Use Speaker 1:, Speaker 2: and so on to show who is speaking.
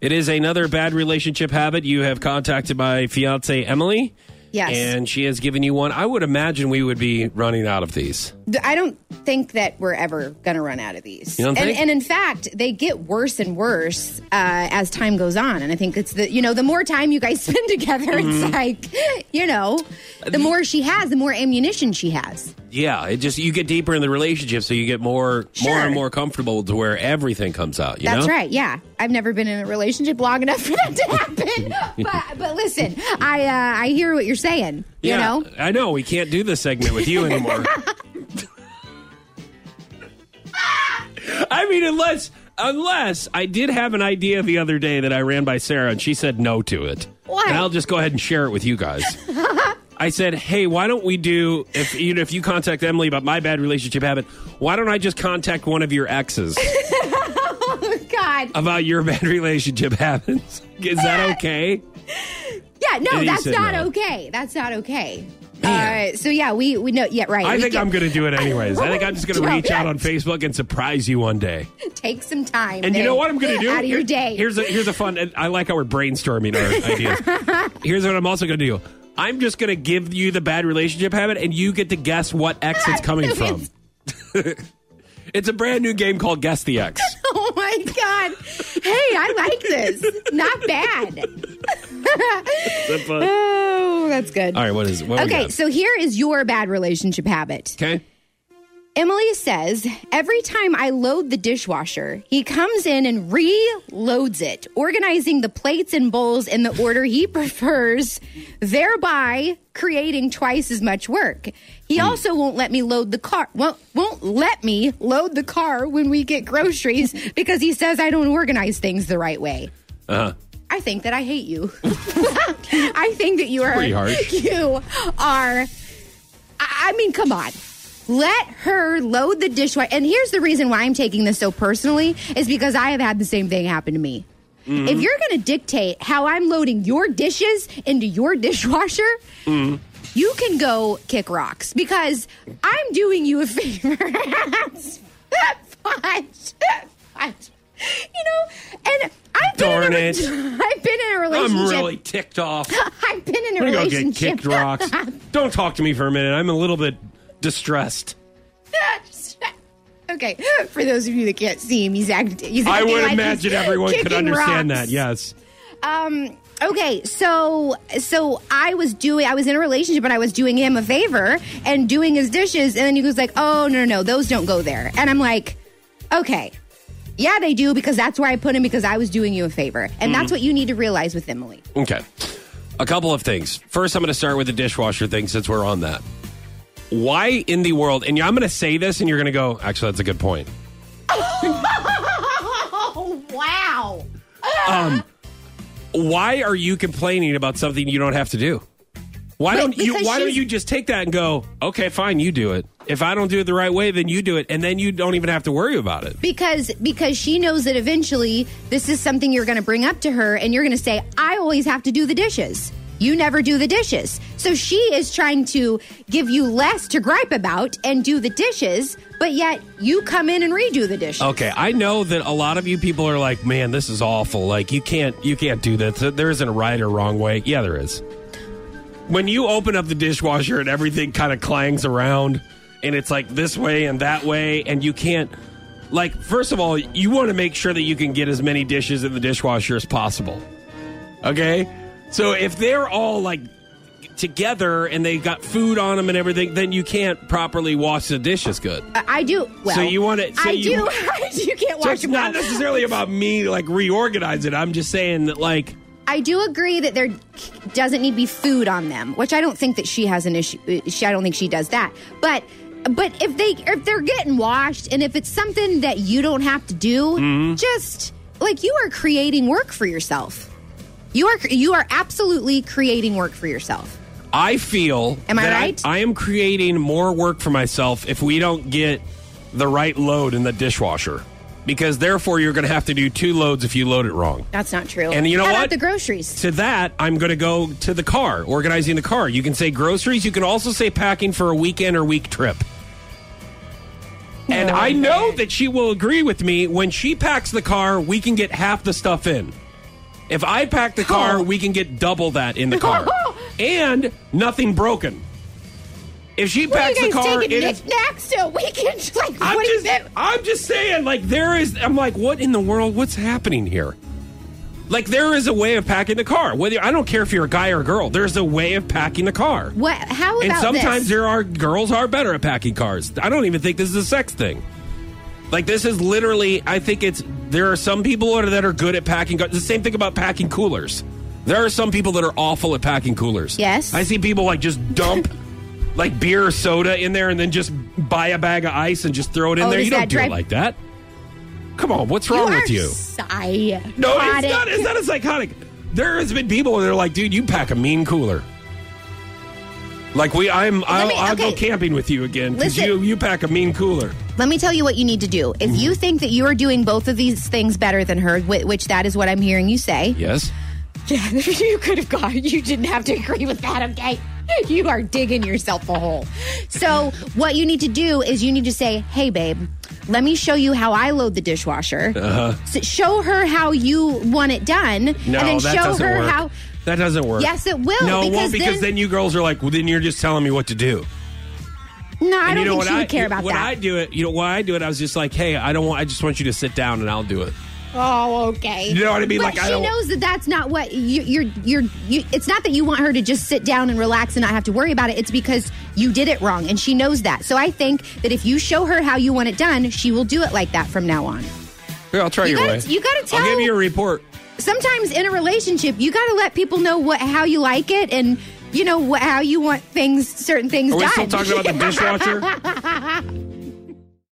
Speaker 1: It is another bad relationship habit. You have contacted my fiance, Emily.
Speaker 2: Yes.
Speaker 1: And she has given you one. I would imagine we would be running out of these.
Speaker 2: Th- I don't think that we're ever going to run out of these.
Speaker 1: You don't
Speaker 2: and,
Speaker 1: think?
Speaker 2: and in fact, they get worse and worse uh, as time goes on. And I think it's the, you know, the more time you guys spend together, it's
Speaker 1: Mm-hmm.
Speaker 2: like, you know, the more she has, the more ammunition she has.
Speaker 1: Yeah, it just you get deeper in the relationship, so you get more, more
Speaker 2: Sure.
Speaker 1: and more comfortable to where everything comes out. You
Speaker 2: That's
Speaker 1: know?
Speaker 2: right. Yeah, I've never been in a relationship long enough for that to happen. but but listen, I uh, I hear what you're saying.
Speaker 1: Yeah,
Speaker 2: You know,
Speaker 1: I know we can't do this segment with you anymore. I mean, unless unless I did have an idea the other day that I ran by Sarah and she said no to it.
Speaker 2: What?
Speaker 1: And I'll just go ahead and share it with you guys. I said, "Hey, why don't we do if you know, if you contact Emily about my bad relationship habit, why don't I just contact one of your exes
Speaker 2: Oh, God.
Speaker 1: about your bad relationship habits? Is that okay?"
Speaker 2: Yeah,
Speaker 1: And
Speaker 2: no,
Speaker 1: he
Speaker 2: that's
Speaker 1: said
Speaker 2: not
Speaker 1: no.
Speaker 2: okay. That's not okay.
Speaker 1: Man.
Speaker 2: Uh, so yeah, we we know. Yeah, right.
Speaker 1: I
Speaker 2: we
Speaker 1: think
Speaker 2: can
Speaker 1: I'm going to do it anyways. I think I'm just going to
Speaker 2: Do
Speaker 1: reach out
Speaker 2: it.
Speaker 1: on Facebook and surprise you one day.
Speaker 2: take some time.
Speaker 1: And you
Speaker 2: there
Speaker 1: know what I'm going to do?
Speaker 2: Out of
Speaker 1: Here-
Speaker 2: your day.
Speaker 1: Here's a here's a fun. and I like how we're brainstorming our ideas. Here's what I'm also going to do. I'm just going to give you the bad relationship habit, and you get to guess what X it's coming from. it's a brand new game called Guess the X.
Speaker 2: oh my god. Hey, I like this. not bad.
Speaker 1: All
Speaker 2: Oh, that's good.
Speaker 1: right, what is what we
Speaker 2: Okay,
Speaker 1: got?
Speaker 2: so here is your bad relationship habit.
Speaker 1: okay.
Speaker 2: Emily says, every time I load the dishwasher, he comes in and reloads it, organizing the plates and bowls in the order he prefers, thereby creating twice as much work. He also won't let me load the car, won't, won't let me load the car when we get groceries because he says I don't organize things the right way.
Speaker 1: Uh-huh.
Speaker 2: I think that I hate you. I think that you are
Speaker 1: Pretty harsh.
Speaker 2: you are I I mean, come on. Let her load the dishwasher. And here's the reason why I'm taking this so personally is because I have had the same thing happen to me.
Speaker 1: Mm-hmm.
Speaker 2: If you're going to dictate how I'm loading your dishes into your dishwasher, you can go kick rocks because I'm doing you a favor. Fudge. Fudge. You know, and I've been
Speaker 1: Darn
Speaker 2: in a,
Speaker 1: it.
Speaker 2: I've been in a
Speaker 1: I'm
Speaker 2: relationship.
Speaker 1: really ticked off.
Speaker 2: I've been in
Speaker 1: I'm
Speaker 2: a
Speaker 1: gonna go
Speaker 2: relationship.
Speaker 1: get kicked rocks. Don't talk to me for a minute. I'm a little bit distressed.
Speaker 2: okay, for those of you that can't see him, he's acting. He's
Speaker 1: I
Speaker 2: acting
Speaker 1: would
Speaker 2: like
Speaker 1: imagine
Speaker 2: he's
Speaker 1: everyone could
Speaker 2: kicking
Speaker 1: understand
Speaker 2: rocks.
Speaker 1: that. Yes.
Speaker 2: Um. Okay, so so I was doing I was in a relationship and I was doing him a favor and doing his dishes, and then he was like, "Oh no, no, no, those don't go there," and I'm like, "Okay." Yeah, they do because that's where I put him because I was doing you a favor. And
Speaker 1: Mm.
Speaker 2: that's what you need to realize with Emily.
Speaker 1: Okay. A couple of things. First, I'm going to start with the dishwasher thing since we're on that. Why in the world? And I'm going to say this, and you're going to go, actually, that's a good point.
Speaker 2: Oh, wow.
Speaker 1: Why are you complaining about something you don't have to do? Why
Speaker 2: But
Speaker 1: don't you?
Speaker 2: because
Speaker 1: Why don't
Speaker 2: she's-
Speaker 1: you just take that and go? Okay, fine, you do it. If I don't do it the right way, then you do it, and then you don't even have to worry about it.
Speaker 2: because because she knows that eventually this is something you're going to bring up to her and you're going to say i always have to do the dishes you never do the dishes so she is trying to give you less to gripe about and do the dishes but yet you come in and redo the dishes
Speaker 1: Okay, I know that a lot of you people are like, "Man, this is awful. Like, you can't, you can't do this. There isn't a right or wrong way." Yeah, there is. When you open up the dishwasher and everything kind of clangs around, and it's like this way and that way, and you can't, like, first of all, you want to make sure that you can get as many dishes in the dishwasher as possible. Okay, so if they're all like together and they got food on them and everything, then you can't properly wash the dishes good.
Speaker 2: I- i do well
Speaker 1: So you want it- so
Speaker 2: i
Speaker 1: you-
Speaker 2: do you can't
Speaker 1: So
Speaker 2: watch
Speaker 1: it's not necessarily about me like reorganizing. I'm just saying that like
Speaker 2: I do agree that there doesn't need to be food on them, which I don't think that she has an issue. uh, She, I don't think she does that. But but if they if they're getting washed and if it's something that you don't have to do,
Speaker 1: Mm-hmm.
Speaker 2: just like you are creating work for yourself. You are you are absolutely creating work for yourself.
Speaker 1: I feel
Speaker 2: Am I
Speaker 1: that
Speaker 2: right?
Speaker 1: I, am creating more work for myself if we don't get the right load in the dishwasher. Because therefore you're gonna have to do two loads if you load it wrong.
Speaker 2: That's not true.
Speaker 1: And you know
Speaker 2: How
Speaker 1: what?
Speaker 2: About the groceries.
Speaker 1: To that, I'm gonna go to the car, organizing the car. You can say groceries, you can also say packing for a weekend or week trip. And I know that she will agree with me. When she packs the car, we can get half the stuff in. If I pack the car,
Speaker 2: Oh.
Speaker 1: we can get double that in the car. and nothing broken. If she
Speaker 2: What are
Speaker 1: packs
Speaker 2: you
Speaker 1: the
Speaker 2: guys
Speaker 1: car,
Speaker 2: taking
Speaker 1: it is-
Speaker 2: knickknacks to a weekend? Like,
Speaker 1: I'm
Speaker 2: what
Speaker 1: just,
Speaker 2: is it?
Speaker 1: I'm just saying, like there is. I'm like, what in the world? What's happening here? Like there is a way of packing the car. Whether I don't care if you're a guy or a girl, there's a way of packing the car.
Speaker 2: What? How about
Speaker 1: And sometimes
Speaker 2: this?
Speaker 1: there are girls are better at packing cars. I don't even think this is a sex thing. Like this is literally, I think it's there are some people that are, that are good at packing. cars. The same thing about packing coolers. There are some people that are awful at packing coolers.
Speaker 2: Yes.
Speaker 1: I see people like just dump like beer or soda in there and then just buy a bag of ice and just throw it in
Speaker 2: Oh,
Speaker 1: there.
Speaker 2: does
Speaker 1: You don't
Speaker 2: that
Speaker 1: do it
Speaker 2: drive-
Speaker 1: like that. Come on, what's wrong
Speaker 2: you
Speaker 1: with
Speaker 2: are
Speaker 1: you?
Speaker 2: Psychotic.
Speaker 1: No, it's not. It's not a psychotic. There has been people that are like, dude, you pack a mean cooler. Like we, I'm, I'll,
Speaker 2: me-
Speaker 1: I'll go
Speaker 2: okay.
Speaker 1: camping with you again because
Speaker 2: Listen.
Speaker 1: you, you pack a mean cooler.
Speaker 2: Let me tell you what you need to do. If
Speaker 1: Mm-hmm.
Speaker 2: you think that you are doing both of these things better than her, whi- which that is what I'm hearing you say,
Speaker 1: Yes.
Speaker 2: you could have gone. You didn't have to agree with that, okay? You are digging yourself a hole. So, what you need to do is you need to say, hey, babe, let me show you how I load the dishwasher. Uh-huh. show her how you want it done.
Speaker 1: No,
Speaker 2: and then
Speaker 1: that
Speaker 2: show
Speaker 1: doesn't
Speaker 2: her
Speaker 1: work.
Speaker 2: how.
Speaker 1: that doesn't work.
Speaker 2: Yes, it will,
Speaker 1: No, it
Speaker 2: because
Speaker 1: won't because
Speaker 2: then-
Speaker 1: then you girls are like, well, then you're just telling me what to do.
Speaker 2: No, I
Speaker 1: And
Speaker 2: don't
Speaker 1: you know
Speaker 2: think
Speaker 1: what
Speaker 2: she would
Speaker 1: I,
Speaker 2: care about
Speaker 1: when
Speaker 2: that.
Speaker 1: I do it, you know why I do it? I was just like, hey, I don't want. I just want you to sit down and I'll do it.
Speaker 2: Oh, okay.
Speaker 1: You know what I mean?
Speaker 2: But
Speaker 1: Like,
Speaker 2: she
Speaker 1: I don't-
Speaker 2: knows that that's not what you, you're. You're. You, it's not that you want her to just sit down and relax and not have to worry about it. It's because you did it wrong, and she knows that. So I think that if you show her how you want it done, she will do it like that from now on.
Speaker 1: Here, I'll try
Speaker 2: You
Speaker 1: your
Speaker 2: gotta-
Speaker 1: way.
Speaker 2: you gotta
Speaker 1: I'll give
Speaker 2: tell-
Speaker 1: you a report.
Speaker 2: Sometimes in a relationship, you got to let people know what how you like it and. You know wh- how you want things, certain things
Speaker 1: Are we
Speaker 2: done.
Speaker 1: still talking about the dishwasher?